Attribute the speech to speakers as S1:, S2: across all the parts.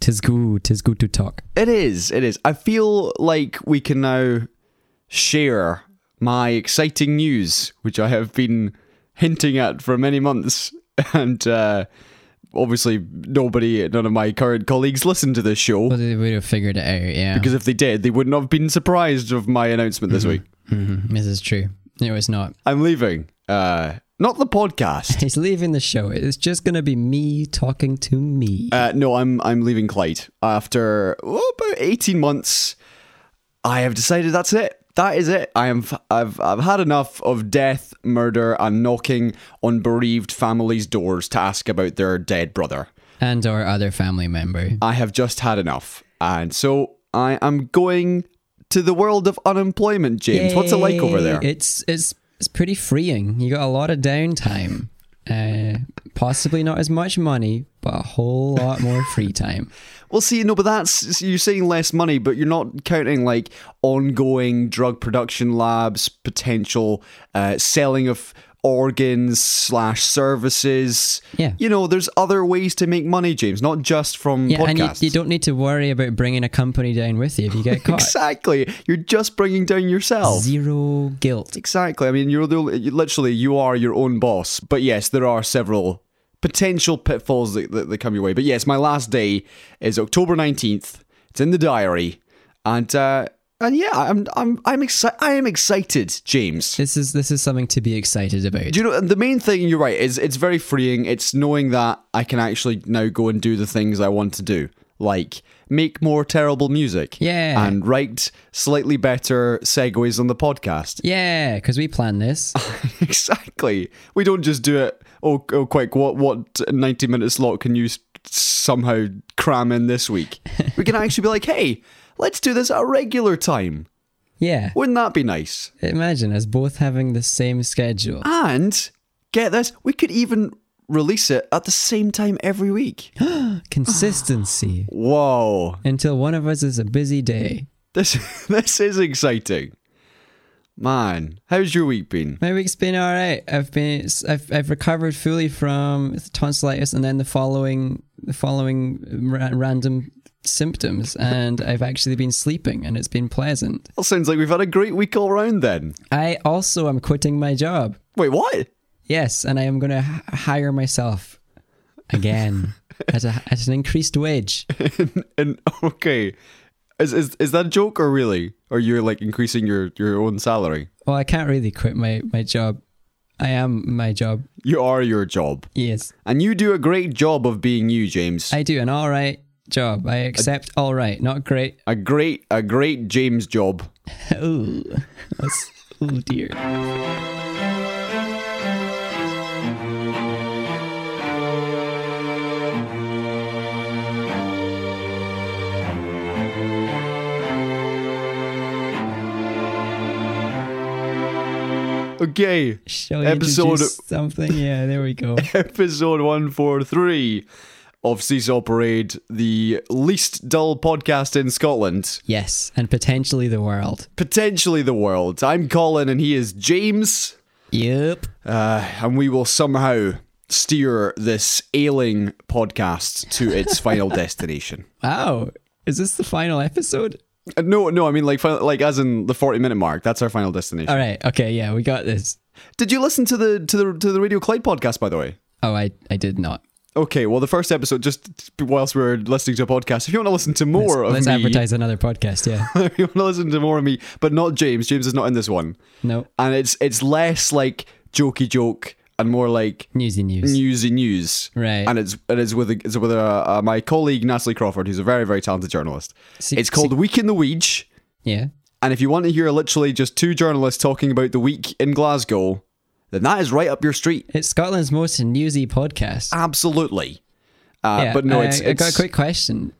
S1: Tis good. Tis good to talk.
S2: It is. It is. I feel like we can now share my exciting news, which I have been hinting at for many months, and uh, obviously nobody, none of my current colleagues, listen to this show
S1: But they would have figured it out, yeah.
S2: because if they did, they would not have been surprised of my announcement this week.
S1: Mhm, this is true. No, it's not.
S2: I'm leaving. Uh, not the podcast.
S1: He's leaving the show. It's just gonna be me talking to me.
S2: Uh, no, I'm I'm leaving Clyde after oh, about eighteen months. I have decided that's it. That is it. I am. f- I've I've had enough of death, murder, and knocking on bereaved families' doors to ask about their dead brother.
S1: and our other family member.
S2: I have just had enough, and so I am going to the world of unemployment. James, what's it like over there?
S1: It's it's it's pretty freeing. You got a lot of downtime. Uh, possibly not as much money, but a whole lot more free time.
S2: Well, see, no, but that's you're saying less money, but you're not counting like ongoing drug production labs, potential uh, selling of organs slash services.
S1: Yeah.
S2: you know, there's other ways to make money, James, not just from
S1: Yeah, and you,
S2: podcasts.
S1: you don't need to worry about bringing a company down with you if you get caught.
S2: exactly, you're just bringing down yourself.
S1: Zero guilt.
S2: Exactly. I mean, you're the only, you- literally you are your own boss. But yes, there are several potential pitfalls that, that, that come your way. But yes, my last day is October nineteenth. It's in the diary, and uh, and yeah, I'm I'm I'm excited. I am excited, James.
S1: This is this is something to be excited about.
S2: Do you know and the main thing? You're right. Is it's very freeing. It's knowing that I can actually now go and do the things I want to do, like make more terrible music,
S1: Yeah.
S2: and write slightly better segues on the podcast.
S1: yeah, because we planned this.
S2: Exactly. We don't just do it. Oh, oh, quick! What what ninety minute slot can you s- somehow cram in this week? we can actually be like, hey, let's do this at a regular time.
S1: Yeah.
S2: Wouldn't that be nice?
S1: Imagine us both having the same schedule.
S2: Ah. And get this, we could even release it at the same time every week.
S1: Consistency
S2: Whoa,
S1: until one of us is a busy day.
S2: this this is exciting, man. How's your week been?
S1: My week's been all right. I've been I've, I've recovered fully from tonsillitis and then the following the following ra- random symptoms and I've actually been sleeping and it's been pleasant.
S2: Well, sounds like we've had a great week all round. Then,
S1: I also am quitting my job.
S2: wait, what?
S1: Yes, and I am going to h- hire myself again at a, at an increased wage.
S2: And okay, is is is that a joke or really? Or you're like increasing your your own salary?
S1: Well, I can't really quit my my job. I am my job.
S2: You are your job,
S1: Yes.
S2: and you do a great job of being you, James.
S1: I do an all right job. I accept all right, not great.
S2: a great a great James job.
S1: Ooh, that's, oh dear.
S2: Okay,
S1: Shall we
S2: Episode-
S1: introduce something? Yeah, there we go.
S2: episode one four three of Seesaw Parade, the least dull podcast in Scotland,
S1: Yes, and potentially the world.
S2: potentially the world. I'm Colin, and he is James.
S1: Yep.
S2: uh, and we will somehow steer this ailing podcast to its final destination.
S1: Wow. Is this the final episode?
S2: Uh, No, no, I mean like final, like as in the forty minute mark. That's our final destination.
S1: All right. Okay. Yeah, we got this.
S2: Did you listen to the to the to the Radio Clyde podcast by the way?
S1: Oh, I I did not.
S2: Okay, well the first episode just whilst we were listening to a podcast. If you want to listen to
S1: Let's,
S2: more
S1: let's
S2: of me,
S1: advertise another podcast. Yeah.
S2: if you want to listen to more of me, but not James. James is not in this one,
S1: No.
S2: and it's it's less like jokey joke and more like
S1: Newsy news.
S2: newsy news.
S1: Right.
S2: And it's it is with a, it's with a, uh, my colleague Natalie Crawford, who's a very very talented journalist.
S1: See-
S2: it's called Week in the Weege,
S1: Yeah.
S2: and if you want to hear literally just two journalists talking about the week in Glasgow, then that is right up your street.
S1: It's Scotland's most newsy podcast.
S2: Absolutely. Uh,
S1: yeah,
S2: but no,
S1: I-
S2: it's,
S1: I got
S2: it's
S1: a quick question.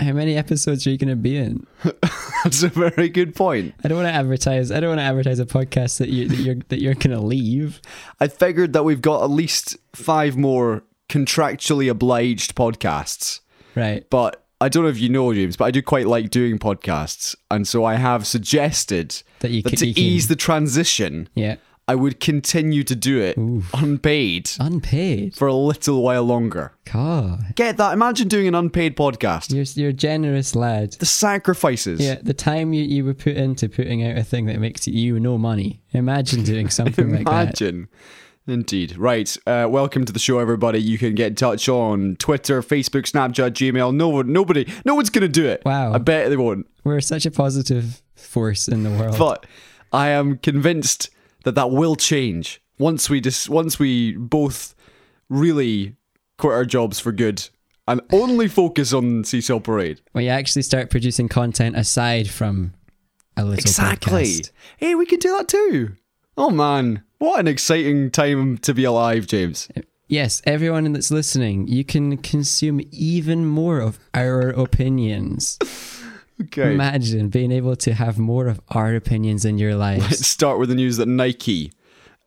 S1: How many episodes are you going to be in?
S2: that's a very good point.
S1: I don't want to advertise. I don't want to advertise a podcast that you that you're that you're going to leave.
S2: I figured that we've got at least five more contractually obliged podcasts.
S1: Right.
S2: But I don't know if you know, James, but I do quite like doing podcasts. And so I have suggested
S1: That you could-
S2: to
S1: you can-
S2: ease the transition,
S1: Yeah.
S2: I would continue to do it unpaid
S1: Unpaid.
S2: for a little while longer.
S1: God.
S2: Get that? Imagine doing an unpaid podcast.
S1: You're, you're a generous lad.
S2: The sacrifices.
S1: Yeah, the time you, you were put into putting out a thing that makes you no money. Imagine doing something like that.
S2: Imagine. Indeed. Right. Uh, welcome to the show, everybody. You can get in touch on Twitter, Facebook, Snapchat, Gmail. No one, nobody, no one's going to do it.
S1: Wow.
S2: I bet they won't.
S1: We're such a positive force in the world.
S2: But I am convinced that that will change once we dis- once we both really quit our jobs for good and only focus on Seesaw Parade.
S1: when you actually start producing content aside from a little podcast.
S2: Hey, we can do that too. Oh man, what an exciting time to be alive, James.
S1: Yes, everyone that's listening, you can consume even more of our opinions.
S2: Okay.
S1: Imagine being able to have more of our opinions in your lives.
S2: Let's start with the news that Nike,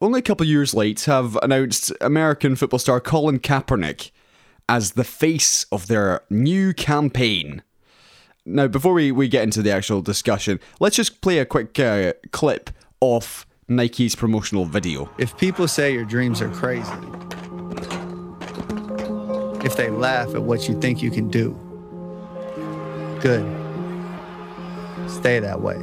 S2: only a couple years late, have announced American football star Colin Kaepernick as the face of their new campaign. Now, before we, we get into the actual discussion, let's just play a quick uh, clip of Nike's promotional video.
S3: If people say your dreams are crazy, if they laugh at what you think you can do, good. Stay that way.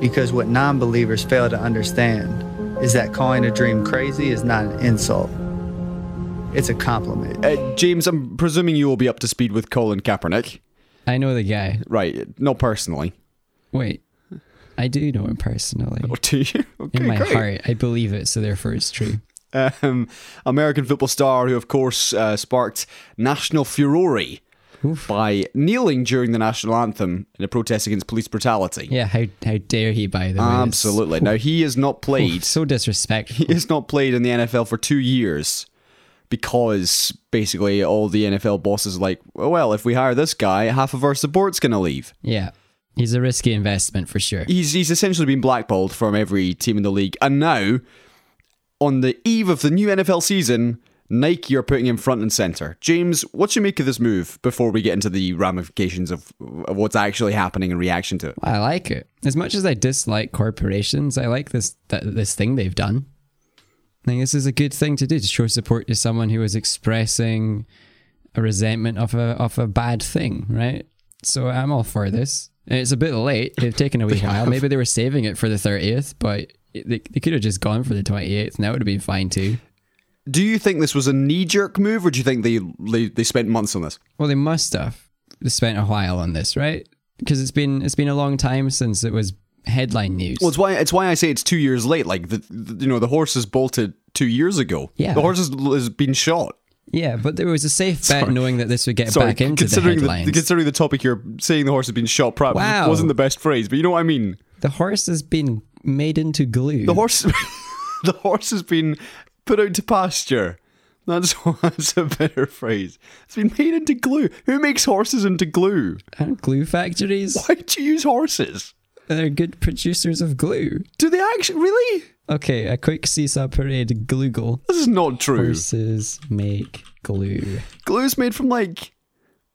S3: Because what non believers fail to understand is that calling a dream crazy is not an insult, it's a compliment.
S2: Uh, James, I'm presuming you will be up to speed with Colin Kaepernick.
S1: I know the guy.
S2: Right, not personally.
S1: Wait. I do know him personally.
S2: Or do you? Oh, Okay,
S1: In my
S2: great.
S1: heart, I believe it, so therefore it's true.
S2: um, American football star who, of course, uh, sparked national furore by kneeling during the national anthem in a protest against police brutality.
S1: Yeah, how how dare he by the way. It's
S2: Absolutely. Now he has not played.
S1: So disrespectful.
S2: He has not played in the NFL for two years because basically all the NFL bosses are like, well, if we hire this guy, half of our support's gonna leave.
S1: yeah. He's a risky investment for sure.
S2: he's he's essentially been blackballed from every team in the league, and now on the eve of the new NFL season, Nike are putting him front and center. James, what do you make of this move before we get into the ramifications of, of what's actually happening in reaction to it?
S1: I like it. As much as I dislike corporations, I like this that, this thing they've done. I think this is a good thing to do to show support to someone who is expressing a resentment of a of a bad thing, right? So I'm all for this. And it's a bit late. They've taken a wee while. Maybe they were saving it for the 30th, but it- they, they could have just gone for the 28th, and that would have been fine too.
S2: Do you think this was a knee jerk move, or do you think they, they they spent months on this?
S1: Well, they must have spent a while on this, right? Because it's been it's been a long time since it was headline news.
S2: Well, it's why it's why I say it's two years late. Like the, the you know the horse is bolted two years ago.
S1: Yeah.
S2: the horse has, has been shot.
S1: yeah, but there was a safe bet knowing that this would get
S2: Sorry,
S1: back into the
S2: considering
S1: headlines. The,
S2: considering the topic here, saying the horse has been shot perhaps
S1: Wow.
S2: wasn't the best phrase, but you know what I mean.
S1: horse has been made into glue.
S2: The horse, the horse has been put out to pasture. That's that's a better phrase. It's been made into glue. Who makes horses into glue?
S1: Aren't glue factories.
S2: Why do you use horses?
S1: They're good producers of glue.
S2: Do they actually really?
S1: Okay, a quick seesaw parade gloogle.
S2: This is not true.
S1: Horses make glue.
S2: Glue is made from like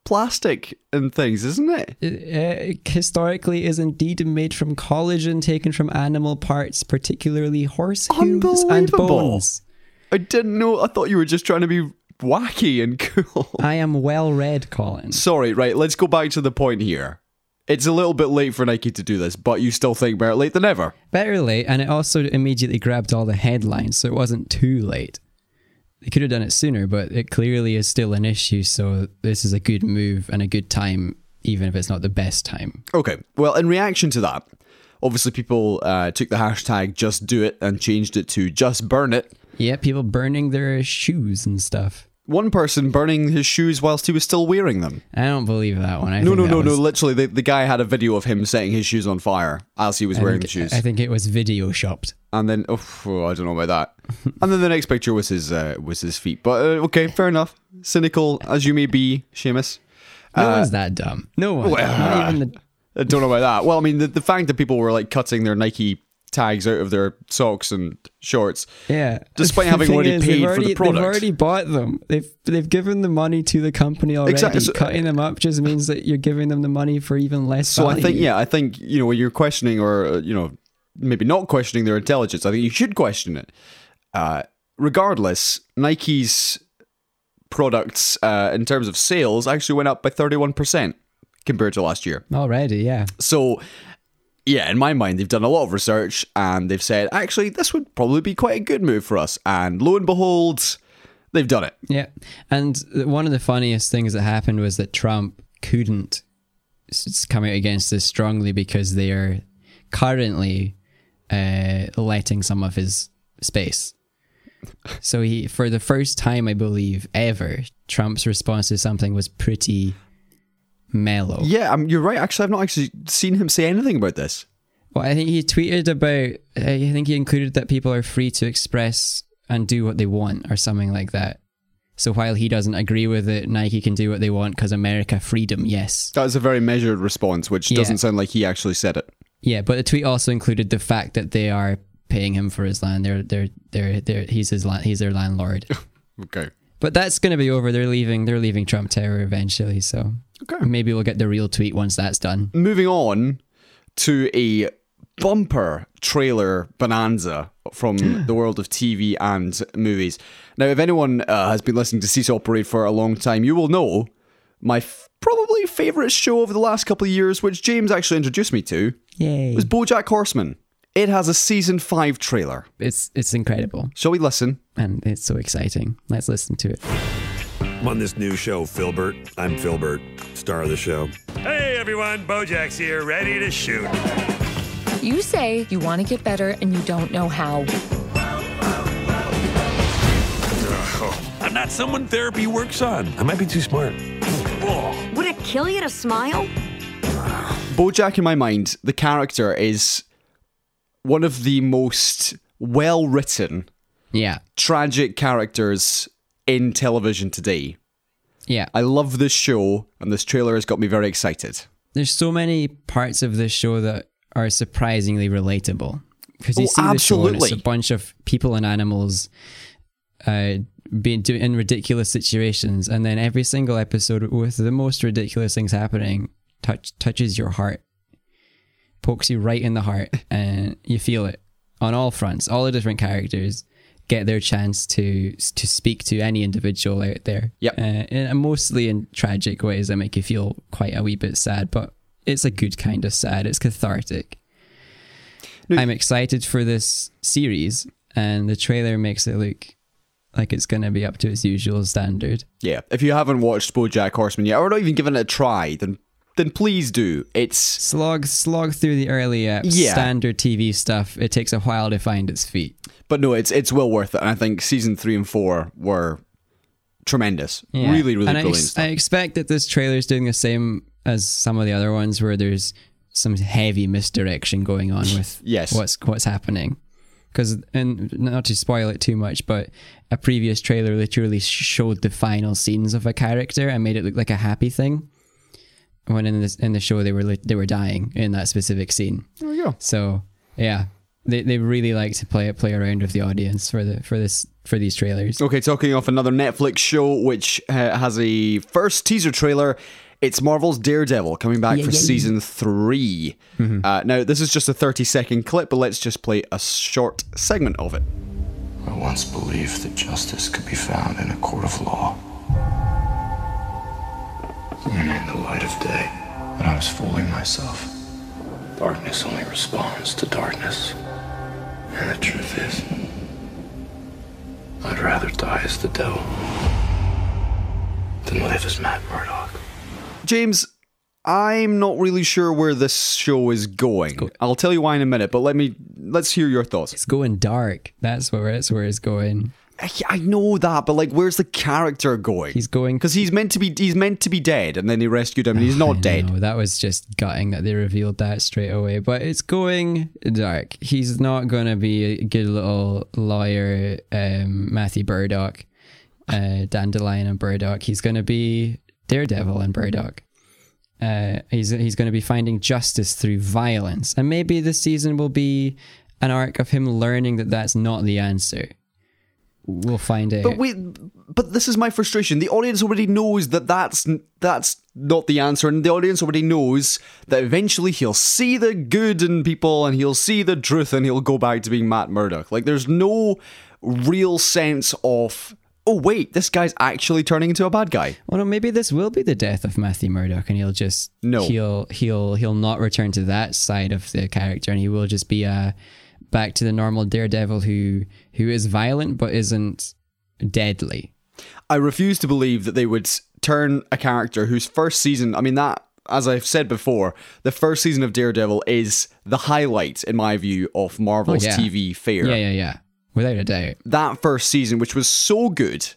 S2: plastic and things, isn't it?
S1: It, uh, historically is indeed made from collagen taken from animal parts, particularly horse hooves and
S2: Unbelievable.
S1: bones.
S2: I didn't know. I thought you were just trying to be wacky and cool.
S1: I am well read, Colin.
S2: Sorry, right, let's go back to the point here. It's a little bit late for Nike to do this, but you still think better late than ever.
S1: Better late, and it also immediately grabbed all the headlines, so it wasn't too late. They could have done it sooner, but it clearly is still an issue, so this is a good move and a good time, even if it's not the best time.
S2: Okay, well, in reaction to that, obviously people uh, took the hashtag just do it and changed it to just burn it.
S1: Yeah, people burning their shoes and stuff.
S2: One person burning his shoes whilst he was still wearing them.
S1: I don't believe that one. I
S2: No,
S1: think
S2: no,
S1: that
S2: no, no.
S1: was-
S2: Literally, the, the guy had a video of him setting his shoes on fire as he was wearing the shoes.
S1: I think it was video shopped.
S2: and then, oh, oh, I don't know about that. and then the next picture was his uh, was his feet. But uh, okay, fair enough. Cynical as you may be, Seamus.
S1: No
S2: Uh,
S1: one's that dumb. No one. not even the.
S2: I don't know about that. Well, I mean, the, the fact that people were like cutting their Nike tags out of their socks and shorts.
S1: Yeah.
S2: Despite
S1: The
S2: having
S1: thing
S2: already
S1: is, they've
S2: paid for the
S1: already,
S2: product.
S1: They've already bought them. They've they've given the money to the company already.
S2: Exactly, so-
S1: Cutting them up just means that you're giving them the money for even less
S2: So I
S1: value.
S2: think, yeah, I think, you know, when you're questioning or, uh, you know, maybe not questioning their intelligence. I think you should question it. Uh, regardless, Nike's products uh, in terms of sales actually went up by 31% compared to last year.
S1: Already, yeah.
S2: So, yeah, in my mind, they've done a lot of research and they've said, actually, this would probably be quite a good move for us. And lo and behold, they've done it.
S1: Yeah. And one of the funniest things that happened was that Trump couldn't s- come out against this strongly because they are currently uh, letting some of his space. So he, for the first time, I believe, ever, Trump's response to something was pretty mellow.
S2: Yeah, um, you're right. Actually, I've not actually seen him say anything about this.
S1: Well, I think he tweeted about. I think he included that people are free to express and do what they want, or something like that. So while he doesn't agree with it, Nike can do what they want because America, freedom, yes.
S2: That was a very measured response, which
S1: Yeah.
S2: doesn't sound like he actually said it.
S1: Yeah, but the tweet also included the fact that they are paying him for his land. They're they're they're, they're he's his land, he's their landlord.
S2: Okay.
S1: but that's going to be over. They're leaving. They're leaving Trump Tower eventually. So
S2: Okay.
S1: maybe we'll get the real tweet once that's done.
S2: Moving on to a bumper trailer bonanza from the world of TV and movies. Now, if anyone uh, has been listening to Seesaw Parade for a long time, you will know my f- probably favourite show over the last couple of years, which James actually introduced me to,
S1: Yay!
S2: was BoJack Horseman. It has a season five trailer.
S1: It's it's incredible
S2: Shall we listen?
S1: and it's so exciting. Let's listen to it.
S4: I'm on this new show, Filbert. I'm Filbert, star of the show.
S5: Hey everyone, Bojack's here, ready to shoot.
S6: You say you want to get better and you don't know how.
S5: I'm not someone therapy works on.
S4: I might be too smart.
S5: Oh,
S7: Would it kill you to smile?
S2: BoJack, in my mind, the character is one of the most well written,
S1: Yeah,
S2: tragic characters in television today.
S1: yeah.
S2: I love this show, and this trailer has got me very excited.
S1: there's so many parts of this show that are surprisingly relatable because you
S2: Oh,
S1: see the show and it's a
S2: absolutely.
S1: bunch of people and animals uh, being do- in ridiculous situations, and then every single episode with the most ridiculous things happening touch touches your heart, pokes you right in the heart, and you feel it on all fronts. All the different characters get their chance to to speak to any individual out there.
S2: Yep.
S1: Uh, and mostly in tragic ways that make you feel quite a wee bit sad, but it's a good kind of sad. It's cathartic. I'm excited for this series, and the trailer makes it look like it's going to be up to its usual standard.
S2: Yeah, if you haven't watched BoJack Horseman yet, or not even given it a try, then then please do. It's
S1: Slog, slog through the early apps,
S2: Yeah.
S1: standard TV stuff. It takes a while to find its feet.
S2: but no, it's it's well worth it, and I think season three and four were tremendous,
S1: Yeah.
S2: really, really
S1: and I,
S2: brilliant.
S1: ex-
S2: stuff.
S1: I expect that this trailer is doing the same as some of the other ones, where there's some heavy misdirection going on with
S2: Yes.
S1: what's what's happening. Because and not to spoil it too much, but a previous trailer literally sh- showed the final scenes of a character and made it look like a happy thing. When in this in the show they were lit they were dying in that specific scene.
S2: there we go.
S1: So yeah, they they really like to play play around with the audience for the for this for these trailers.
S2: Okay, talking off another Netflix show which uh, has a first teaser trailer. It's Marvel's Daredevil coming back for season 3 Uh, now, this is just a 30 second clip, but let's just play a short segment of it.
S8: I once believed that justice could be found in a court of law. And in the light of day. But I was fooling myself. Darkness only responds to darkness. And the truth is, I'd rather die as the devil than live as Matt Murdock.
S2: James, I'm not really sure where this show is going. I'll tell you why in a minute, but let me let's hear your thoughts.
S1: It's going dark. That's where that's where it's going.
S2: I, I know that, but like, where's the character going?
S1: He's going
S2: because he's meant to be he's meant to be dead, and then they rescued him, and he's not dead.
S1: No, that was just gutting that they revealed that straight away. But it's going dark. He's not gonna be a good little lawyer, um, Matthew Burdock, uh, Dandelion and Burdock. He's gonna be Daredevil and Burdock. Uh, he's he's gonna be finding justice through violence, and maybe this season will be an arc of him learning that that's not the answer. we'll find out.
S2: But we, but this is my frustration. The audience already knows that that's that's not the answer, and the audience already knows that eventually he'll see the good in people, and he'll see the truth, and he'll go back to being Matt Murdock. Like there's no real sense of oh wait, this guy's actually turning into a bad guy.
S1: well, no, maybe this will be the death of Matthew Murdoch, and he'll just
S2: No.
S1: he'll he'll he'll not return to that side of the character, and he will just be uh back to the normal Daredevil who who is violent but isn't deadly.
S2: I refuse to believe that they would s- turn a character whose first season, I mean, that, as I've said before, the first season of Daredevil is the highlight, in my view, of Marvel's
S1: Oh, yeah.
S2: TV fare.
S1: Yeah, yeah, yeah, without a doubt.
S2: That first season, which was so good,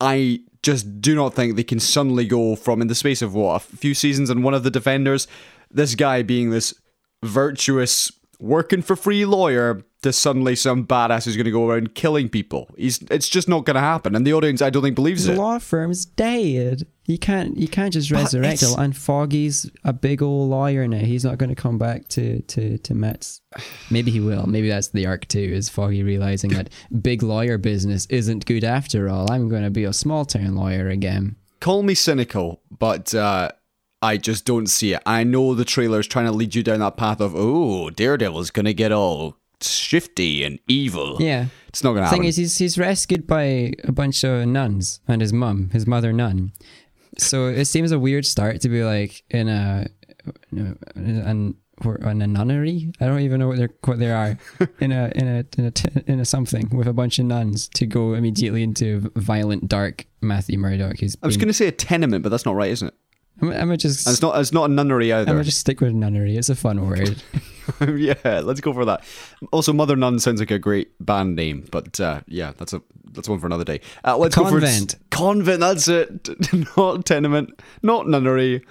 S2: I just do not think they can suddenly go from, in the space of what, a f- few seasons and one of the Defenders, this guy being this virtuous, working for free lawyer. To suddenly some badass who's going to go around killing people. He's, it's just not going to happen. And the audience, I don't think, believes
S1: The
S2: it.
S1: law firm's dead. You can't you can't just resurrect
S2: it's-
S1: it. And Foggy's a big old lawyer now. He's not going to come back to to to Mets. Maybe he will. Maybe that's the arc too. Is Foggy realizing that big lawyer business isn't good after all? I'm going to be a small town lawyer again.
S2: call me cynical, but uh, I just don't see it. I know the trailer's trying to lead you down that path of, oh, Daredevil's going to get all shifty and evil.
S1: Yeah.
S2: It's not going to happen.
S1: Thing is, he's he's rescued by a bunch of nuns and his mum, his mother nun. So it seems a weird start to be like in a, you know, an or in a nunnery. I don't even know what they're what they are in a in a in a t- in a something with a bunch of nuns to go immediately into violent dark Matthew Murdoch. Who's
S2: I was
S1: being-
S2: going to say a tenement, but that's not right, isn't it?
S1: I'm, I'm gonna just
S2: And it's not. It's not a nunnery
S1: I'm
S2: either.
S1: gonna just stick with nunnery. It's a fun word.
S2: yeah, let's go for that. Also, Mother Nun sounds like a great band name, but uh, yeah, that's a that's one for another day. Uh, let's
S1: Convent.
S2: go for convent. That's it. not tenement. Not nunnery.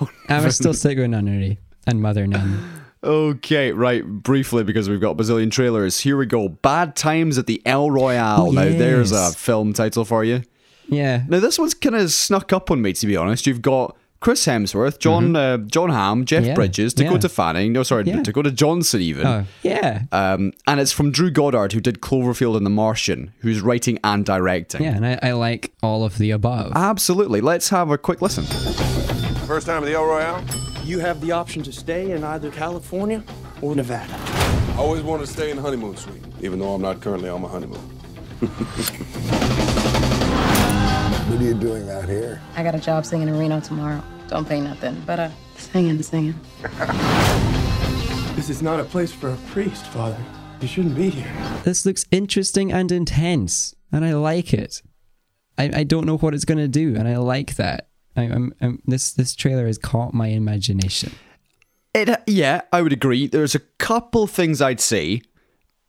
S1: I'm gonna still stick with nunnery and mother nun.
S2: Okay, right, briefly because we've got a bazillion trailers. Here we go. Bad Times at the El Royale.
S1: Oh,
S2: Now there's a
S1: yes.
S2: film title for you.
S1: Yeah,
S2: Now this one's kind of snuck up on me to be honest. You've got Chris Hemsworth, John uh, John Hamm, Jeff
S1: Mm-hmm. Yeah,
S2: Bridges,
S1: yeah.
S2: Dakota Fanning, no sorry,
S1: Yeah.
S2: Dakota Johnson even.
S1: oh, yeah,
S2: Um, and it's from Drew Goddard who did Cloverfield and The Martian, who's writing and directing.
S1: yeah. And I, I like all of the above.
S2: Absolutely. Let's have a quick listen.
S5: First time at the El Royale?
S7: You have the option to stay in either California or Nevada.
S5: I always wanted to stay in the honeymoon suite, even though I'm not currently on my honeymoon.
S9: What are you doing out here?
S10: I got a job singing in Reno tomorrow. Don't pay nothing, but uh, singing, singing.
S7: This is not a place for a priest, Father. You shouldn't be here.
S1: This looks interesting and intense, and I like it. I, I don't know what it's going to do, and I like that. I, I'm, I'm, this this trailer has caught my imagination.
S2: It, yeah, I would agree. There's a couple things I'd say.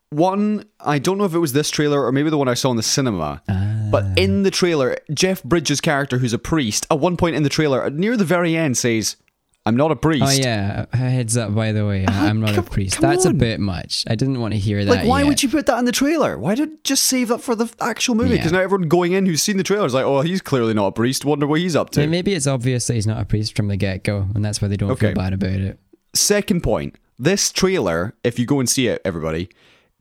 S2: One, I don't know if it was this trailer or maybe the one I saw in the cinema,
S1: Ah.
S2: but in the trailer, Jeff Bridges' character, who's a priest, at one point in the trailer, near the very end, says, "I'm not a priest."
S1: Oh yeah, a heads up by the way, I- I'm not a
S2: Uh-huh. come-
S1: priest.
S2: come
S1: That's a
S2: on.
S1: bit much. I didn't want to hear that.
S2: Like, why
S1: yet.
S2: would you put that in the trailer? Why did just save that for the actual movie?
S1: Yeah.
S2: Because now everyone going in who's seen the trailer is like, "Oh, he's clearly not a priest. Wonder what he's up to."
S1: I mean, maybe it's obvious that he's not a priest from the get go, and that's why they don't
S2: Okay.
S1: feel bad about it.
S2: Second point, this trailer, if you go and see it, everybody,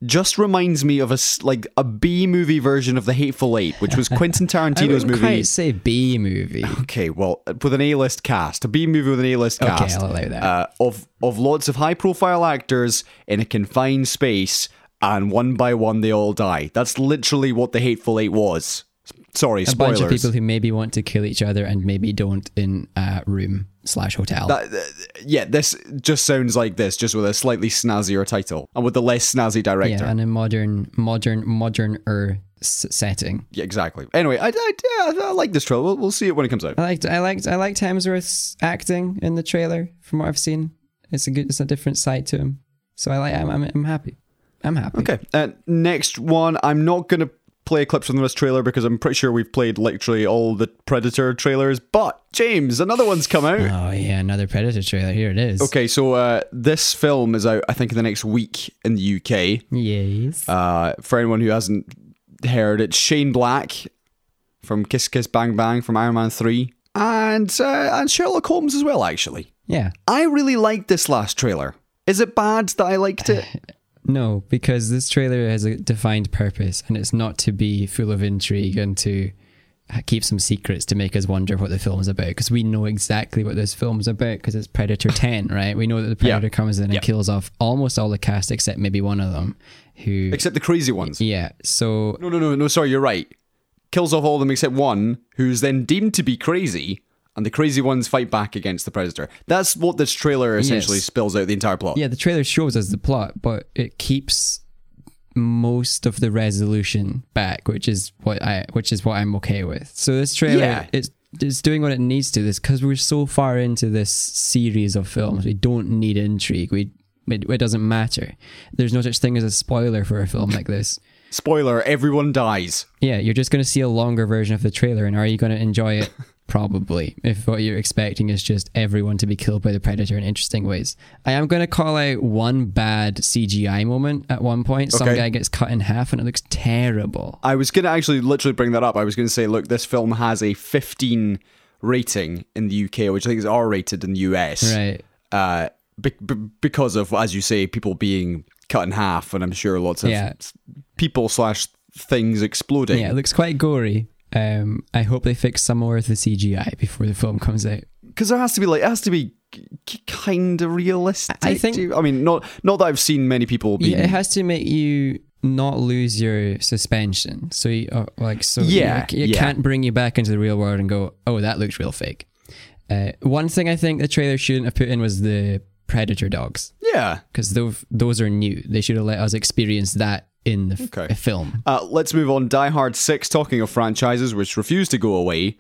S2: just reminds me of a s- like a B movie version of The Hateful Eight, which was Quentin
S1: I
S2: Tarantino's
S1: wouldn't
S2: movie.
S1: quite say B movie.
S2: Okay, well, with an A-list cast, a B movie with an A-list
S1: Okay,
S2: cast,
S1: I'll allow that.
S2: Uh, of of lots of high-profile actors in a confined space, and one by one they all die. That's literally what The Hateful Eight was. S- Sorry,
S1: a
S2: spoilers.
S1: bunch of people who maybe want to kill each other and maybe don't in a room slash hotel.
S2: That- Uh, th- yeah, this just sounds like this, just with a slightly snazzier title and with a less snazzy director.
S1: yeah, and a modern, modern, modern er setting.
S2: Yeah, exactly. Anyway, I, I, yeah, I like this trailer. We'll, we'll see it when it comes out.
S1: I liked I liked I liked Hemsworth's acting in the trailer from what I've seen. It's a good it's a different side to him. So I like I'm I'm, I'm happy. I'm happy.
S2: Okay. Uh, next one. I'm not going to play clips from this trailer because I'm pretty sure we've played literally all the Predator trailers. But, James, another one's come out.
S1: Oh yeah, another Predator trailer. Here it is.
S2: Okay, so uh, this film is out, I think, in the next week in the UK.
S1: Yes.
S2: Uh, for anyone who hasn't heard, it's Shane Black from Kiss Kiss Bang Bang from Iron Man 3 and, uh, and Sherlock Holmes as well, actually.
S1: yeah.
S2: I really liked this last trailer. Is it bad that I liked it?
S1: No, because this trailer has a defined purpose, and it's not to be full of intrigue and to ha- keep some secrets to make us wonder what the film's about. Because we know exactly what this film's about because it's Predator 10, right? We know that the
S2: Yeah.
S1: Predator comes in and
S2: Yeah.
S1: kills off almost all the cast except maybe one of them. Who?
S2: except the crazy ones.
S1: yeah. So
S2: No, no, no, no. Sorry, you're right. Kills off all of them except one, who's then deemed to be crazy, and the crazy ones fight back against the predator. That's what this trailer essentially
S1: Yes.
S2: spills out the entire plot.
S1: yeah, the trailer shows us the plot, but it keeps most of the resolution back, which is what I which is what I'm okay with. So this trailer
S2: Yeah.
S1: it's it's doing what it needs to this because we're so far into this series of films. We don't need intrigue. We it, it doesn't matter. There's no such thing as a spoiler for a film like this.
S2: Spoiler: everyone dies.
S1: Yeah, you're just going to see a longer version of the trailer, and are you going to enjoy it? Probably, if what you're expecting is just everyone to be killed by the predator in interesting ways. I am going to call out one bad CGI moment at one point. Some
S2: Okay.
S1: guy gets cut in half, and it looks terrible.
S2: I was going to actually literally bring that up. I was going to say, look, this film has a 15 rating in the UK, which I think is R rated in the US.
S1: Right.
S2: Uh, be- be- because of, as you say, people being cut in half, and I'm sure lots of
S1: Yeah.
S2: s- people slash things exploding.
S1: Yeah, it looks quite gory. Um, I hope they fix some more of the CGI before the film comes out.
S2: because there has to be like it has to be kind of realistic.
S1: I think-
S2: do you- I mean, not not that I've seen many people being.
S1: Yeah, it has to make you not lose your suspension. So, you, uh, like, so
S2: Yeah,
S1: you, you
S2: yeah.
S1: can't bring you back into the real world and go, "Oh, that looks real fake." Uh, one thing I think the trailer shouldn't have put in was the predator dogs
S2: Yeah.
S1: because those those are new. They should have let us experience that in the f-
S2: Okay.
S1: film.
S2: Uh, let's move on. Die Hard Six. Talking of franchises which refuse to go away.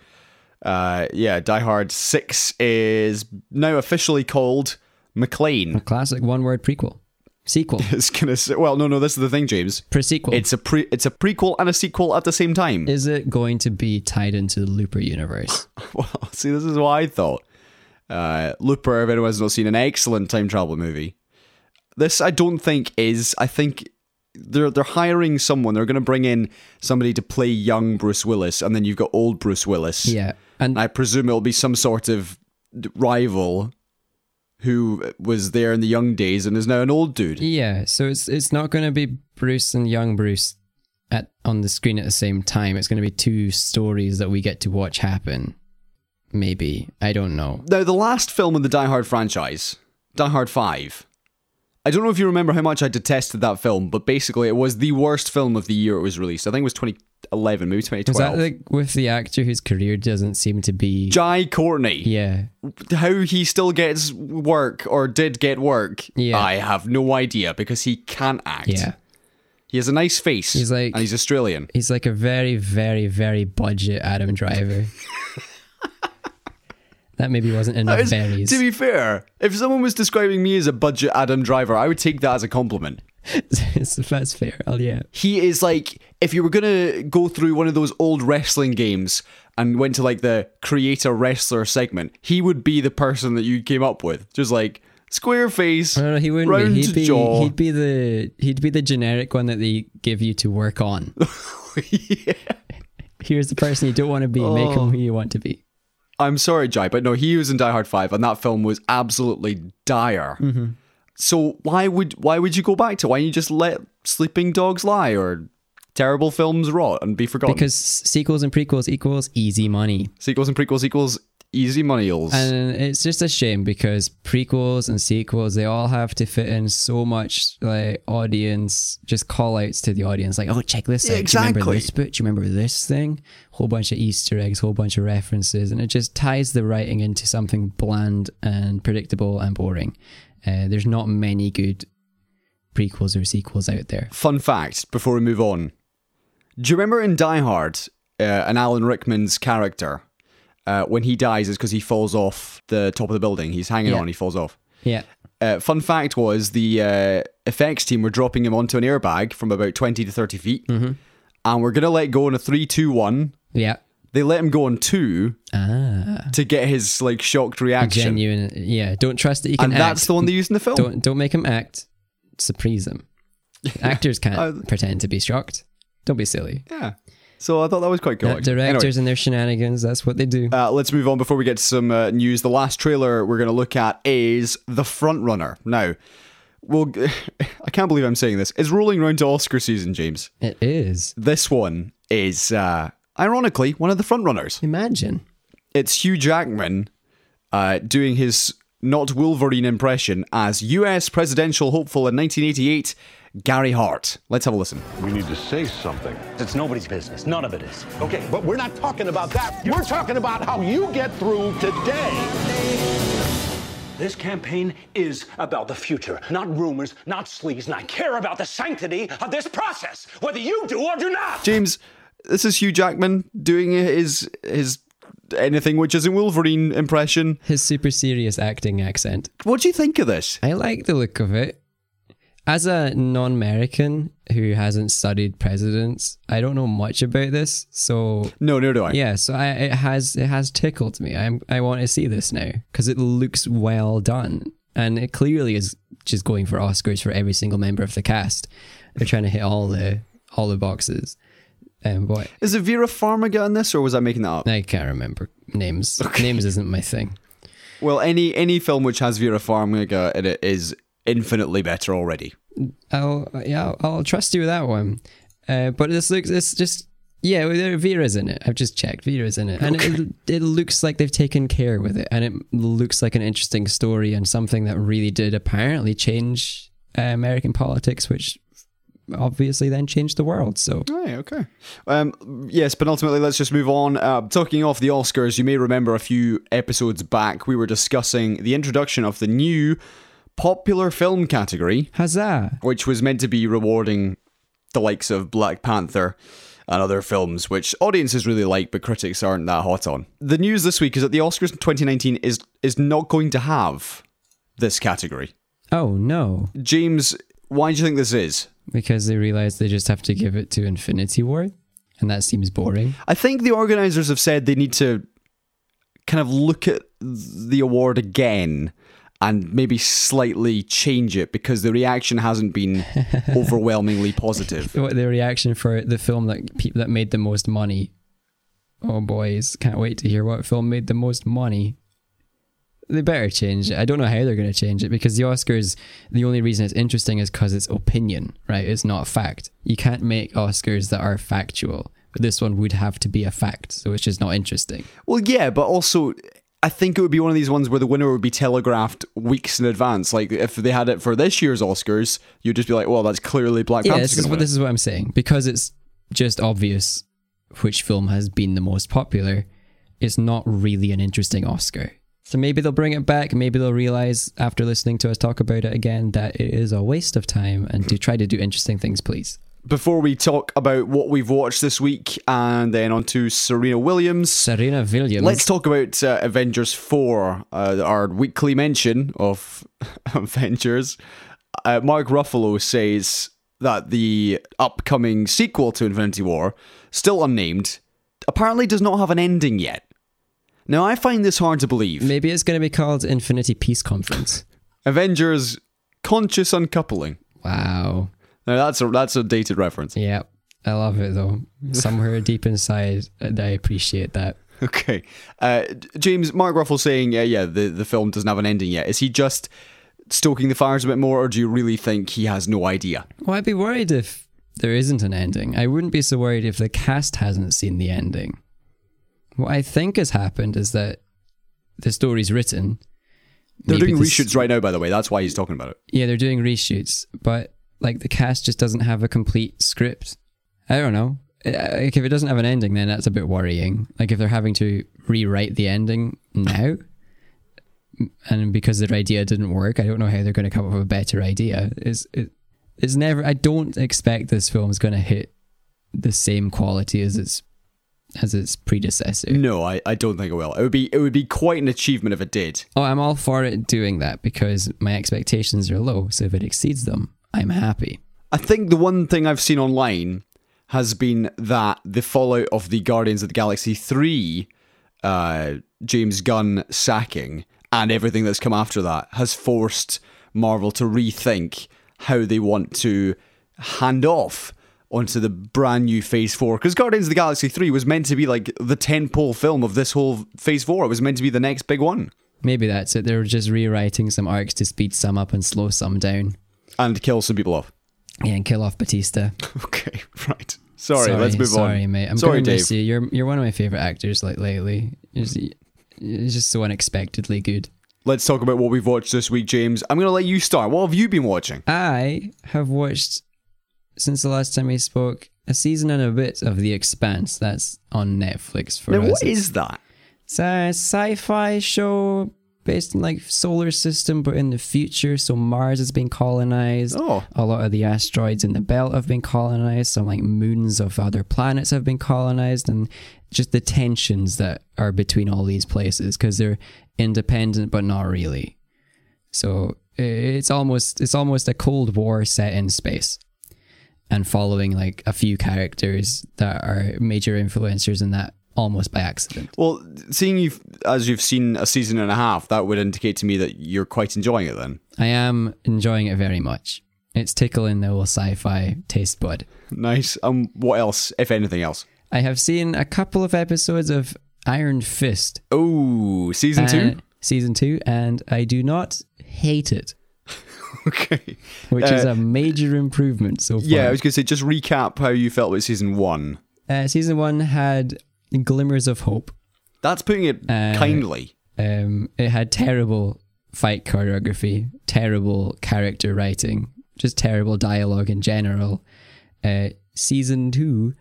S2: Uh, yeah, Die Hard Six is now officially called McLean.
S1: Classic one-word prequel, sequel,
S2: It's gonna say, well, no, no. This is the thing, James.
S1: pre-sequel.
S2: It's a pre, it's a prequel and a sequel at the same time.
S1: is it going to be tied into the Looper universe?
S2: Well, see, this is what I thought. Uh, Looper, if anyone's not seen, an excellent time travel movie. This, I don't think is. I think they're they're hiring someone. They're going to bring in somebody to play young Bruce Willis, and then you've got old Bruce Willis.
S1: yeah, and
S2: I presume it'll be some sort of d- rival who was there in the young days and is now an old dude.
S1: Yeah, so it's it's not going to be Bruce and young Bruce at on the screen at the same time. It's going to be two stories that we get to watch happen. Maybe I don't know.
S2: Now, the last film in the Die Hard franchise, Die Hard 5. I don't know if you remember how much I detested that film, but basically it was the worst film of the year it was released. I think it was 2011, maybe
S1: Is
S2: 2012.
S1: that like with the actor whose career doesn't seem to be?
S2: Jai Courtney.
S1: yeah,
S2: How he still gets work or did get work,
S1: Yeah.
S2: I have no idea because he can't act.
S1: yeah.
S2: He has a nice face.
S1: He's like-
S2: and he's Australian.
S1: He's like a very, very, very budget Adam Driver. that maybe wasn't enough
S2: It's-
S1: berries.
S2: to be fair, if someone was describing me as a budget Adam Driver, I would take that as a compliment.
S1: That's fair. Oh yeah.
S2: he is like if you were gonna go through one of those old wrestling games and went to like the creator wrestler segment, he would be the person that you came up with. Just like square face,
S1: No, no, he wouldn't
S2: round
S1: be. He'd be,
S2: jaw.
S1: he'd be the he'd be the generic one that they give you to work on. Here's the person you don't want to be. Make
S2: Oh.
S1: him who you want to be.
S2: I'm sorry, Jai, but no, he was in Die Hard Five, and that film was absolutely dire.
S1: Mm-hmm.
S2: So why would why would you go back to? Why don't you just let Sleeping Dogs lie or terrible films rot and be forgotten?
S1: Because sequels and prequels equals easy money,
S2: sequels and prequels equals easy money-als.
S1: and it's just a shame because prequels and sequels they all have to fit in so much like audience just call outs to the audience like oh check this
S2: Yeah,
S1: out do you remember
S2: exactly.
S1: this bit do you remember this thing whole bunch of Easter eggs whole bunch of references and it just ties the writing into something bland and predictable and boring. Uh, there's not many good prequels or sequels out there.
S2: Fun fact before we move on. Do you remember in Die Hard, uh, an Alan Rickman's character, uh, when he dies, it's because he falls off the top of the building. He's hanging
S1: Yeah.
S2: on, he falls off.
S1: Yeah.
S2: Uh, fun fact was the uh, effects team were dropping him onto an airbag from about 20 to 30 feet.
S1: Mm-hmm.
S2: And we're going to let go on a three, two, one.
S1: Yeah.
S2: They let him go on 2
S1: Ah.
S2: to get his like shocked reaction.
S1: Genuine. Yeah. Don't trust that you can
S2: And that's
S1: act.
S2: the one they used in the film.
S1: Don't don't make him act. Surprise him. Actors can't pretend to be shocked. Don't be silly.
S2: Yeah. So I thought that was quite cool.
S1: Uh,
S2: actually. Anyway.
S1: directors and their shenanigans. That's what they do.
S2: Uh, let's move on before we get to some uh, news. The last trailer we're going to look at is The Front Runner. Now, Well, I can't believe I'm saying this. It's rolling round to Oscar season, James.
S1: It is.
S2: This one is, uh, ironically, one of the frontrunners.
S1: Imagine.
S2: It's Hugh Jackman uh, doing his not Wolverine impression as US presidential hopeful in 1988, Gary Hart. Let's have a listen.
S11: We need to say something.
S12: It's nobody's business. None of it is.
S11: Okay, but we're not talking about that. We're talking about how you get through today.
S12: This campaign is about the future, not rumors, not sleaze, and I care about the sanctity of this process, whether you do or do not.
S2: James, this is Hugh Jackman doing his his anything which isn't Wolverine impression.
S1: His super serious acting accent.
S2: What do you think of this?
S1: I like the look of it. As a non American who hasn't studied presidents, I don't know much about this, so
S2: no, no, do I?
S1: Yeah, so I, it has it has tickled me. I I want to see this now because it looks well done, and it clearly is just going for Oscars for every single member of the cast. They're trying to hit all the all the boxes. Um, boy,
S2: is it Vera Farmiga in this, or was I making that up?
S1: I can't remember names. Okay. Names isn't my thing.
S2: Well, any any film which has Vera Farmiga in it is infinitely better already.
S1: I'll yeah, I'll, I'll trust you with that one. Uh, but this looks it's just yeah, there- Vera's in it. I've just checked. Vera's in it, and it, it looks like they've taken care with it, and it looks like an interesting story and something that really did apparently change uh, American politics, which obviously then changed the world. So
S2: Right, okay. Um, yes, but ultimately, let's just move on. Uh, talking off the Oscars, you may remember a few episodes back, we were discussing the introduction of the new popular film category,
S1: huzzah!
S2: which was meant to be rewarding the likes of Black Panther and other films, which audiences really like, but critics aren't that hot on. The news this week is that the Oscars 2019 is is not going to have this category.
S1: Oh no,
S2: James, why do you think this is?
S1: because they realize they just have to give it to Infinity War, and that seems boring.
S2: I think the organizers have said they need to kind of look at the award again and maybe slightly change it because the reaction hasn't been overwhelmingly positive.
S1: What the reaction for the film that pe- that made the most money? Oh boys, can't wait to hear what film made the most money. They better change it. I don't know how they're going to change it because the Oscars. The only reason it's interesting is because it's opinion, right? It's not fact. You can't make Oscars that are factual. But this one would have to be a fact, so it's just not interesting.
S2: Well, yeah, but also I think it would be one of these ones where the winner would be telegraphed weeks in advance. Like if they had it for this year's Oscars, you'd just be like, "Well, that's clearly Black
S1: yeah,
S2: Panther's
S1: this is
S2: going
S1: what
S2: to
S1: this is what I'm saying because it's just obvious which film has been the most popular. It's not really an interesting Oscar. So maybe they'll bring it back. Maybe they'll realize after listening to us talk about it again that it is a waste of time and to try to do interesting things, please.
S2: Before we talk about what we've watched this week and then on to Serena Williams,
S1: Serena Williams.
S2: Let's talk about uh, Avengers 4, uh, our weekly mention of Avengers. Uh, Mark Ruffalo says that the upcoming sequel to Infinity War, still unnamed, apparently does not have an ending yet. Now, I find this hard to believe.
S1: Maybe it's going to be called Infinity Peace Conference.
S2: Avengers Conscious Uncoupling.
S1: wow.
S2: Now, that's a, that's a dated reference.
S1: Yeah, I love it though. Somewhere deep inside, I appreciate that.
S2: Okay. Uh, J- James, Mark Ruffalo saying, yeah, yeah, the, the film doesn't have an ending yet. Is he just stoking the fires a bit more, or do you really think he has no idea?
S1: Well, I'd be worried if there isn't an ending. I wouldn't be so worried if the cast hasn't seen the ending. What I think has happened is that the story's written.
S2: They're
S1: Maybe
S2: doing
S1: this-
S2: reshoots right now, by the way. That's why he's talking about it.
S1: Yeah, they're doing reshoots, but like the cast just doesn't have a complete script. I don't know. Uh, Like, if it doesn't have an ending, then that's a bit worrying. Like if they're having to rewrite the ending now, and because their idea didn't work, I don't know how they're going to come up with a better idea. Is it? It's never. I don't expect this film is going to hit the same quality as its as its predecessor.
S2: No, I, I don't think it will. It would be it would be quite an achievement if it did.
S1: Oh, I'm all for it doing that because my expectations are low. So if it exceeds them, I'm happy.
S2: I think the one thing I've seen online has been that the fallout of the Guardians of the Galaxy three, uh, James Gunn sacking and everything that's come after that has forced Marvel to rethink how they want to hand off onto the brand new Phase Four. Because Guardians of the Galaxy three was meant to be like the tentpole film of this whole Phase Four. It was meant to be the next big one.
S1: Maybe that's it. They were just rewriting some arcs to speed some up and slow some down.
S2: and kill some people off.
S1: Yeah, and kill off Batista.
S2: okay, right. Sorry, let's move on.
S1: Sorry, mate. I'm
S2: Sorry,
S1: going to
S2: Dave.
S1: miss you. You're you're one of my favorite actors like lately. You're just, you're just so unexpectedly good.
S2: Let's talk about what we've watched this week, James. I'm going to let you start. What have you been watching?
S1: I have watched since the last time we spoke a season and a bit of The Expanse. That's on Netflix for
S2: Now,
S1: us.
S2: what
S1: It's-
S2: is that?
S1: It's a sci-fi show based in like solar system, but in the future. So Mars has been colonized.
S2: Oh.
S1: A lot of the asteroids in the belt have been colonized. Some like moons of other planets have been colonized, and just the tensions that are between all these places because they're independent but not really. So i- it's almost it's almost a Cold War set in space and following like a few characters that are major influencers in that almost by accident.
S2: Well, seeing you as you've seen a season and a half, that would indicate to me that you're quite enjoying it. Then
S1: I am enjoying it very much. It's tickling the old sci-fi taste bud.
S2: nice. Um, what else, if anything else?
S1: I have seen a couple of episodes of Iron Fist.
S2: Oh, season
S1: and-
S2: two.
S1: Season two, and I do not hate it,
S2: Okay.
S1: which is
S2: Uh,
S1: a major improvement so far.
S2: Yeah, I was going to say just recap how you felt with season one.
S1: uh, season one had glimmers of hope.
S2: That's putting it
S1: Uh,
S2: kindly.
S1: Um, it had terrible fight choreography, terrible character writing, just terrible dialogue in general. Uh, season two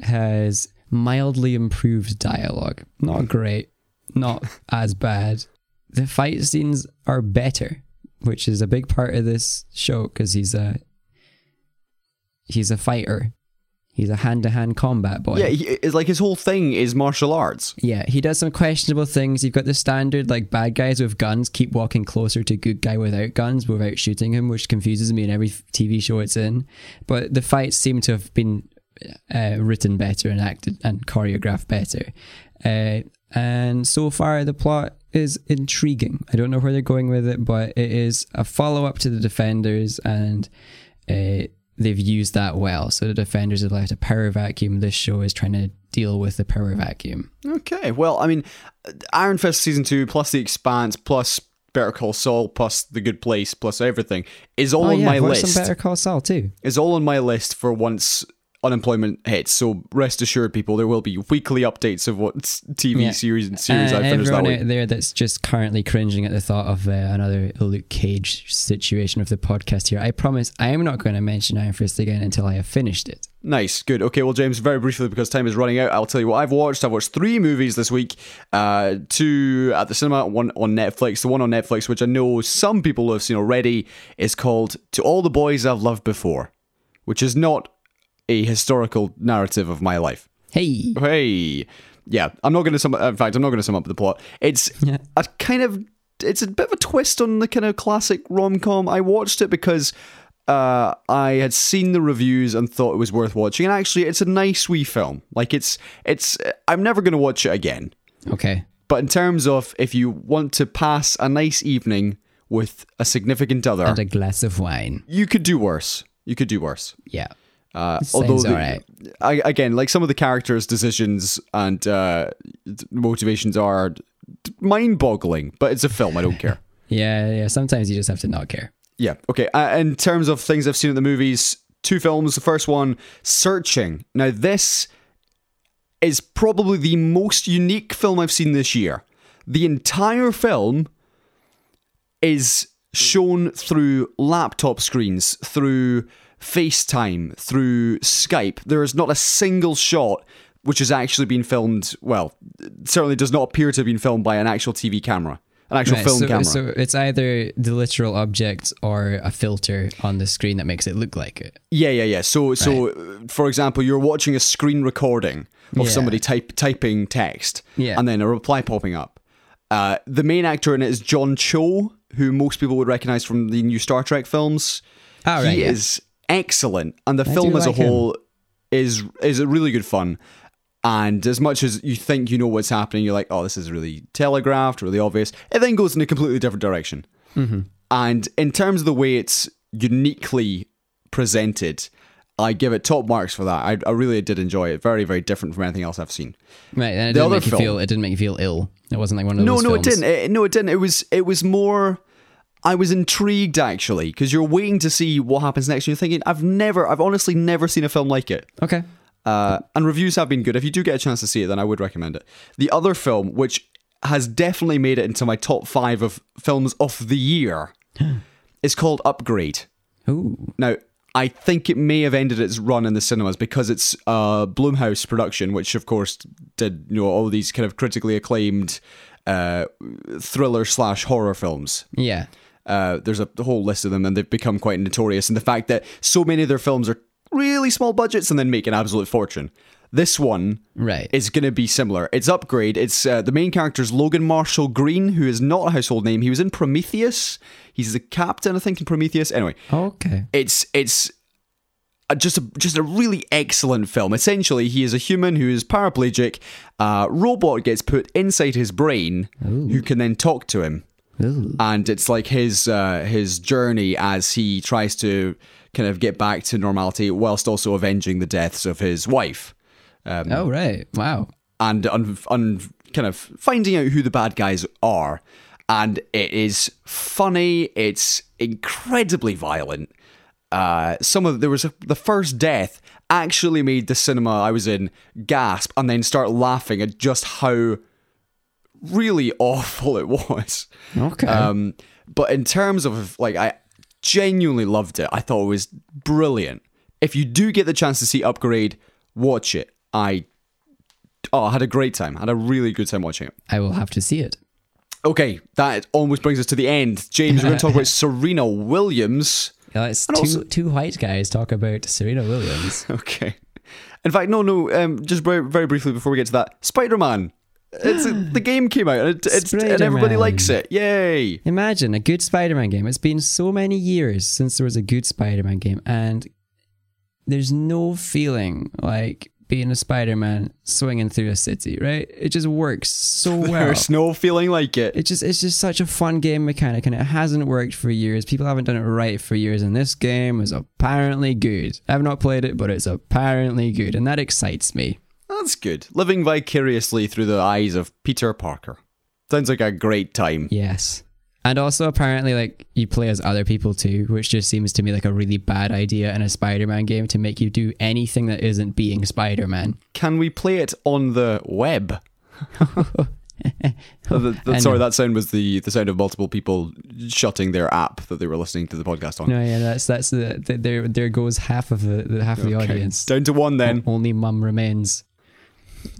S1: has mildly improved dialogue. Not great, not as bad. The fight scenes are better, which is a big part of this show because he's a he's a fighter. He's a hand-to-hand combat boy.
S2: Yeah, he, it's like his whole thing is martial arts.
S1: Yeah, he does some questionable things. You've got the standard like bad guys with guns keep walking closer to good guy without guns without shooting him, which confuses me in every f- TV show it's in. But the fights seem to have been uh, written better and acted and choreographed better. Uh, and so far, the plot is intriguing. I don't know where they're going with it, but it is a follow up to the Defenders and. Uh, they've used that well. So the defenders have left a power vacuum. This show is trying to deal with the power vacuum.
S2: Okay, well, I mean, Iron Fist season two plus The Expanse plus Better Call Saul plus The Good Place plus everything is all
S1: oh,
S2: on
S1: yeah,
S2: my
S1: I've watched
S2: list.
S1: Some Better Call Saul too.
S2: is all on my list for once unemployment hits. So rest assured, people, there will be weekly updates of what s- TV
S1: Yeah.
S2: series and series
S1: Uh,
S2: I finished that
S1: everyone
S2: week.
S1: out there that's just currently cringing at the thought of uh, another Luke Cage situation of the podcast here. I promise I am not going to mention Iron Fist again until I have finished it.
S2: Nice, good. Okay, well, James, very briefly because time is running out, I'll tell you what I've watched. I've watched three movies this week, uh, two at the cinema, one on Netflix. The one on Netflix, which I know some people have seen already, is called "To All the Boys I've Loved Before," which is not a historical narrative of my life.
S1: Hey,
S2: Hey, yeah, I'm not going to sum. In fact, I'm not going to sum up the plot. It's
S1: Yeah.
S2: a kind of it's a bit of a twist on the kind of classic rom com. I watched it because uh, I had seen the reviews and thought it was worth watching. And actually, it's a nice wee film. Like it's it's. uh, I'm never going to watch it again.
S1: okay,
S2: But in terms of if you want to pass a nice evening with a significant other,
S1: and a glass of wine.
S2: you could do worse. You could do worse.
S1: Yeah,
S2: Uh,
S1: Sounds
S2: although, the-
S1: alright.
S2: I, again, like some of the characters' decisions and uh, motivations are mind-boggling, but it's a film. I don't care.
S1: yeah, yeah. Sometimes you just have to not care.
S2: Yeah. Okay. Uh, in terms of things I've seen at the movies, two films. The first one, Searching. Now, this is probably the most unique film I've seen this year. The entire film is shown through laptop screens, through FaceTime, through Skype. There is not a single shot which has actually been filmed. Well, it certainly does not appear to have been filmed by an actual TV camera, an actual
S1: Right,
S2: film
S1: so,
S2: camera.
S1: so it's either the literal object or a filter on the screen that makes it look like it.
S2: Yeah, yeah, yeah. So, so uh, for example, you're watching a screen recording of
S1: Yeah.
S2: somebody type typing text,
S1: Yeah.
S2: and then a reply popping up. Uh, the main actor in it is John Cho, who most people would recognize from the new Star Trek films.
S1: Ah, right,
S2: he
S1: yeah.
S2: is excellent, and the
S1: I
S2: film
S1: do
S2: as a
S1: like him.
S2: whole is is a really good fun. And as much as you think you know what's happening, you're like, oh, this is really telegraphed, really obvious. It then goes in a completely different direction.
S1: Mm-hmm.
S2: And in terms of the way it's uniquely presented, I give it top marks for that. I, I really did enjoy it. Very, very different from anything else I've seen.
S1: Right, and it
S2: The
S1: didn't
S2: other
S1: make you
S2: film-
S1: feel. It didn't make you feel ill. It wasn't like one of
S2: No,
S1: those.
S2: no, it
S1: films.
S2: didn't. It, no, it didn't. It was, it was more. I was intrigued actually because you're waiting to see what happens next. And you're thinking, I've never, I've honestly never seen a film like it.
S1: Okay.
S2: Uh, and reviews have been good. If you do get a chance to see it, then I would recommend it. The other film, which has definitely made it into my top five of films of the year, is called Upgrade.
S1: Ooh.
S2: Now, I think it may have ended its run in the cinemas because it's a Bloomhouse production, which of course did you know all these kind of critically acclaimed uh, thriller slash horror films.
S1: Yeah.
S2: Uh, there's a whole list of them, and they've become quite notorious. And the fact that so many of their films are really small budgets and then make an absolute fortune. This one
S1: right.
S2: is going to be similar. It's upgrade. It's uh, the main character's Logan Marshall Green, who is not a household name. He was in Prometheus. He's the captain, I think, in Prometheus. Anyway,
S1: okay.
S2: It's it's a, just a just a really excellent film. Essentially, he is a human who is paraplegic. A robot gets put inside his brain,
S1: Ooh.
S2: who can then talk to him.
S1: Ooh.
S2: And it's like his uh, his journey as he tries to kind of get back to normality whilst also avenging the deaths of his wife. Um,
S1: Oh right. Wow.
S2: and un, un, kind of finding out who the bad guys are. And it is funny. It's incredibly violent. Uh, some of there was a, the first death actually made the cinema I was in gasp and then start laughing at just how really awful it was.
S1: Okay.
S2: Um, but in terms of like, I genuinely loved it. I thought it was brilliant. If you do get the chance to see Upgrade, watch it. I oh, I had a great time. I had a really good time watching it.
S1: I will have to see it.
S2: Okay, that almost brings us to the end. James, we're going to talk about Serena Williams.
S1: Yeah, it's two
S2: And also-
S1: two white guys talk about Serena Williams.
S2: Okay. In fact, no, no. Um, just very, very briefly before we get to that, Spider Man. It's the game came out, and, it, it's, and everybody
S1: Spider-Man.
S2: likes it. Yay!
S1: Imagine a good Spider-Man game. It's been so many years since there was a good Spider-Man game, and there's no feeling like being a Spider-Man swinging through a city, right? It just works so well.
S2: There's no feeling like it.
S1: It just it's just such a fun game mechanic, and it hasn't worked for years. People haven't done it right for years, and this game is apparently good. I've not played it, but it's apparently good, and that excites me.
S2: That's good. Living vicariously through the eyes of Peter Parker. Sounds like a great time.
S1: Yes. And also apparently like you play as other people too, which just seems to me like a really bad idea in a Spider-Man game to make you do anything that isn't being Spider-Man.
S2: Can we play it on the web? Uh, the- the-
S1: And-
S2: sorry, that sound was the, the sound of multiple people shutting their app that they were listening to the podcast on.
S1: No, yeah, that's that's the, the there there goes half of the, the half of the
S2: Okay,
S1: audience.
S2: Down to one then.
S1: Only mum remains.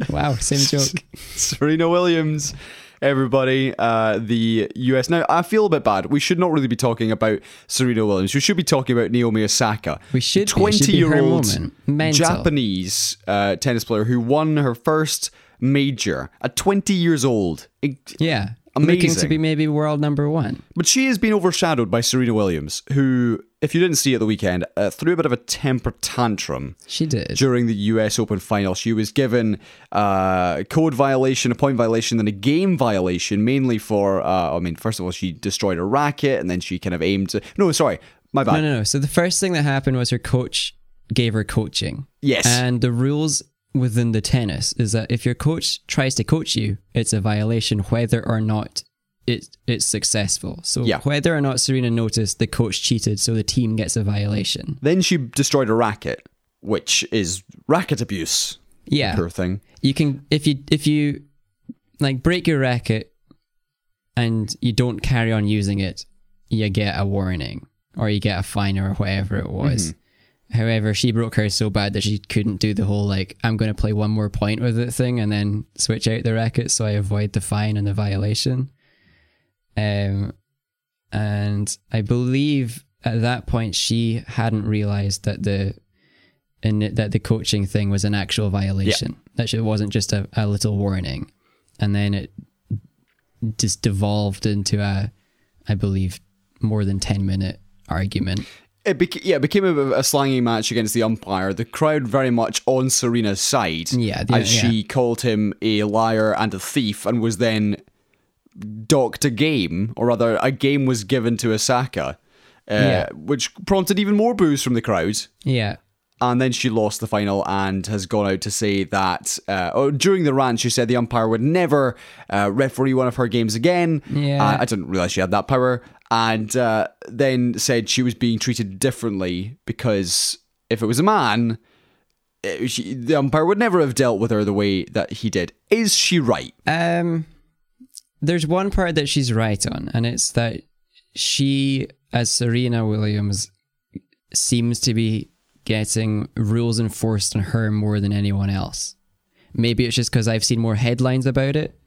S1: Wow, same joke.
S2: Serena Williams, everybody, uh, the US. Now, I feel a bit bad. We should not really be talking about Serena Williams. We should be talking about Naomi Osaka.
S1: We should be. It should
S2: 20
S1: be her
S2: year old
S1: moment. Mental.
S2: Japanese uh, tennis player who won her first major at 20 years old. It-
S1: Yeah. Looking to
S2: Amazing.
S1: be maybe world number one.
S2: But she has been overshadowed by Serena Williams, who, if you didn't see at the weekend, uh, threw a bit of a temper tantrum.
S1: She did.
S2: during the US Open final. She was given uh, code violation, a point violation, then a game violation, mainly for, uh, I mean, first of all, she destroyed a racket and then she kind of aimed. To, no, sorry, my bad.
S1: No, no, no. So the first thing that happened was her coach gave her coaching.
S2: Yes.
S1: And the rules within the tennis is that if your coach tries to coach you, it's a violation whether or not it it's successful. So
S2: Yeah.
S1: whether or not Serena noticed the coach cheated, so the team gets a violation.
S2: Then she destroyed a racket, which is racket abuse.
S1: Yeah.
S2: Poor thing.
S1: You can if you if you like break your racket and you don't carry on using it, you get a warning or you get a fine or whatever it was. However, she broke hers so bad that she couldn't do the whole like I'm going to play one more point with it thing and then switch out the racket so I avoid the fine and the violation. Um, and I believe at that point she hadn't realized that the and that the coaching thing was an actual violation. That it wasn't just a, a little warning, and then it just devolved into a, I believe, more than ten minute argument.
S2: It beca- yeah, it became a, bit of a slangy match against the umpire. The crowd very much on Serena's side.
S1: Yeah, the-
S2: as she
S1: yeah.
S2: called him a liar and a thief, and was then docked a game, or rather, a game was given to Osaka, uh,
S1: Yeah.
S2: which prompted even more boos from the crowd.
S1: Yeah,
S2: And then she lost the final and has gone out to say that uh, oh, during the rant, she said the umpire would never uh, referee one of her games again.
S1: Yeah.
S2: Uh, I didn't realize she had that power. And uh, then said she was being treated differently because if it was a man, it- she, the umpire would never have dealt with her the way that he did. Is she right?
S1: Um, there's one part that she's right on, and it's that she, as Serena Williams, seems to be getting rules enforced on her more than anyone else. Maybe it's just because I've seen more headlines about it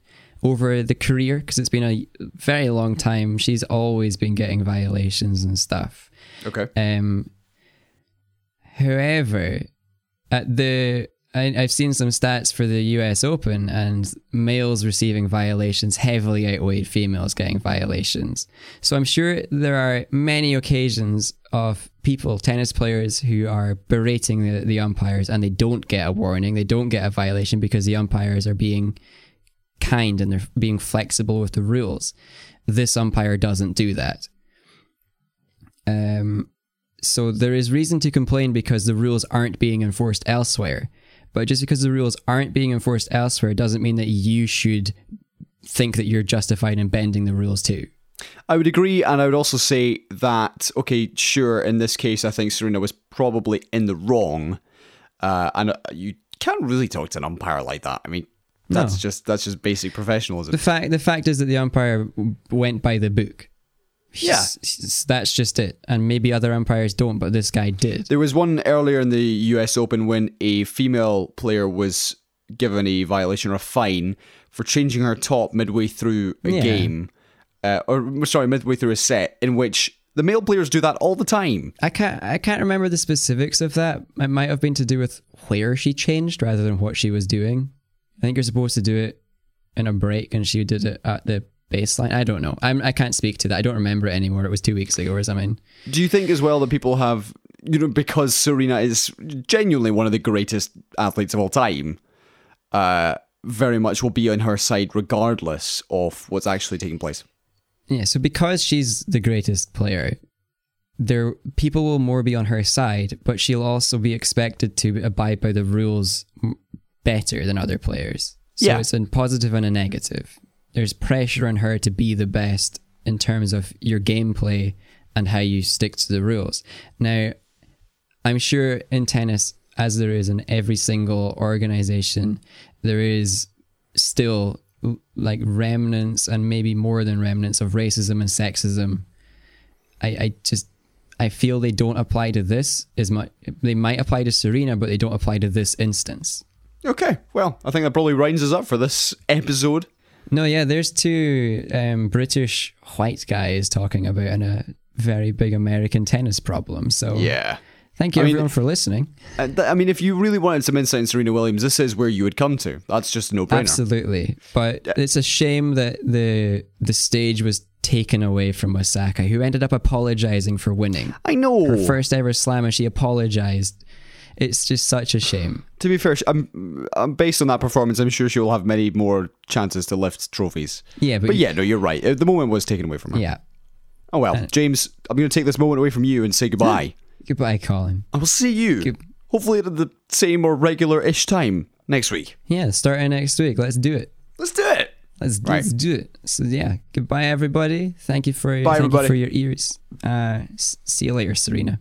S1: over the career, because it's been a very long time. She's always been getting violations and stuff.
S2: Okay.
S1: Um, however, at the I, I've seen some stats for the U.S. Open, and males receiving violations heavily outweighed females getting violations. So I'm sure there are many occasions of people, tennis players, who are berating the, the umpires, and they don't get a warning, they don't get a violation because the umpires are being kind and they're being flexible with the rules. This umpire doesn't do that. Um, so there is reason to complain because the rules aren't being enforced elsewhere. But just because the rules aren't being enforced elsewhere doesn't mean that you should think that you're justified in bending the rules too.
S2: I would agree, and I would also say that okay, sure. In this case, I think Serena was probably in the wrong, uh, and uh, you can't really talk to an umpire like that. I mean,
S1: No.
S2: that's just that's just basic professionalism.
S1: The fact the fact is that the umpire w- went by the book.
S2: Yeah.
S1: He's- he's- that's just it. And maybe other umpires don't, but this guy did.
S2: There was one earlier in the U.S. Open when a female player was given a violation or a fine for changing her top midway through a
S1: Yeah.
S2: game, uh, or sorry, midway through a set, in which the male players do that all the time.
S1: I can't I can't remember the specifics of that. It might have been to do with where she changed rather than what she was doing. I think you're supposed to do it in a break and she did it at the baseline. I don't know. I'm I can't speak to that. I don't remember it anymore. It was two weeks ago or something.
S2: Do you think as well that people have, you know, because Serena is genuinely one of the greatest athletes of all time, uh, very much will be on her side regardless of what's actually taking place?
S1: Yeah, so because she's the greatest player, there people will more be on her side, but she'll also be expected to abide by the rules m- better than other players. So
S2: Yeah.
S1: it's a positive and a negative. There's pressure on her to be the best in terms of your gameplay and how you stick to the rules. Now, I'm sure in tennis, as there is in every single organization, there is still l- like remnants and maybe more than remnants of racism and sexism. I, I just I feel they don't apply to this as much. They might apply to Serena, but they don't apply to this instance.
S2: Okay, well, I think that probably rounds us up for this episode.
S1: No, yeah, there's two um, British white guys talking about an, a very big American tennis problem. So
S2: Yeah.
S1: thank you
S2: I mean-
S1: everyone for listening.
S2: Uh, th- I mean, if you really wanted some insight in Serena Williams, this is where you would come to. That's just a no-brainer.
S1: Absolutely, but it's a shame that the the stage was taken away from Osaka, who ended up apologizing for winning.
S2: I know.
S1: her first ever slam, and she apologized. It's just such a shame.
S2: to be fair, sh- I'm, I'm based on that performance. I'm sure she will have many more chances to lift trophies.
S1: Yeah, but
S2: but
S1: you-
S2: yeah, no, you're right. Uh, The moment was taken away from her.
S1: Yeah.
S2: Oh well, James, I'm going to take this moment away from you and say goodbye.
S1: Goodbye, Colin.
S2: I will see you hopefully at the same or regular-ish time next week.
S1: Yeah, starting next week. Let's do it.
S2: Let's do it.
S1: Let's,
S2: Right.
S1: let's do it. So yeah, goodbye everybody. Thank you for thank
S2: Bye,
S1: you
S2: everybody.
S1: for your ears. Uh, s- see you later, Serena.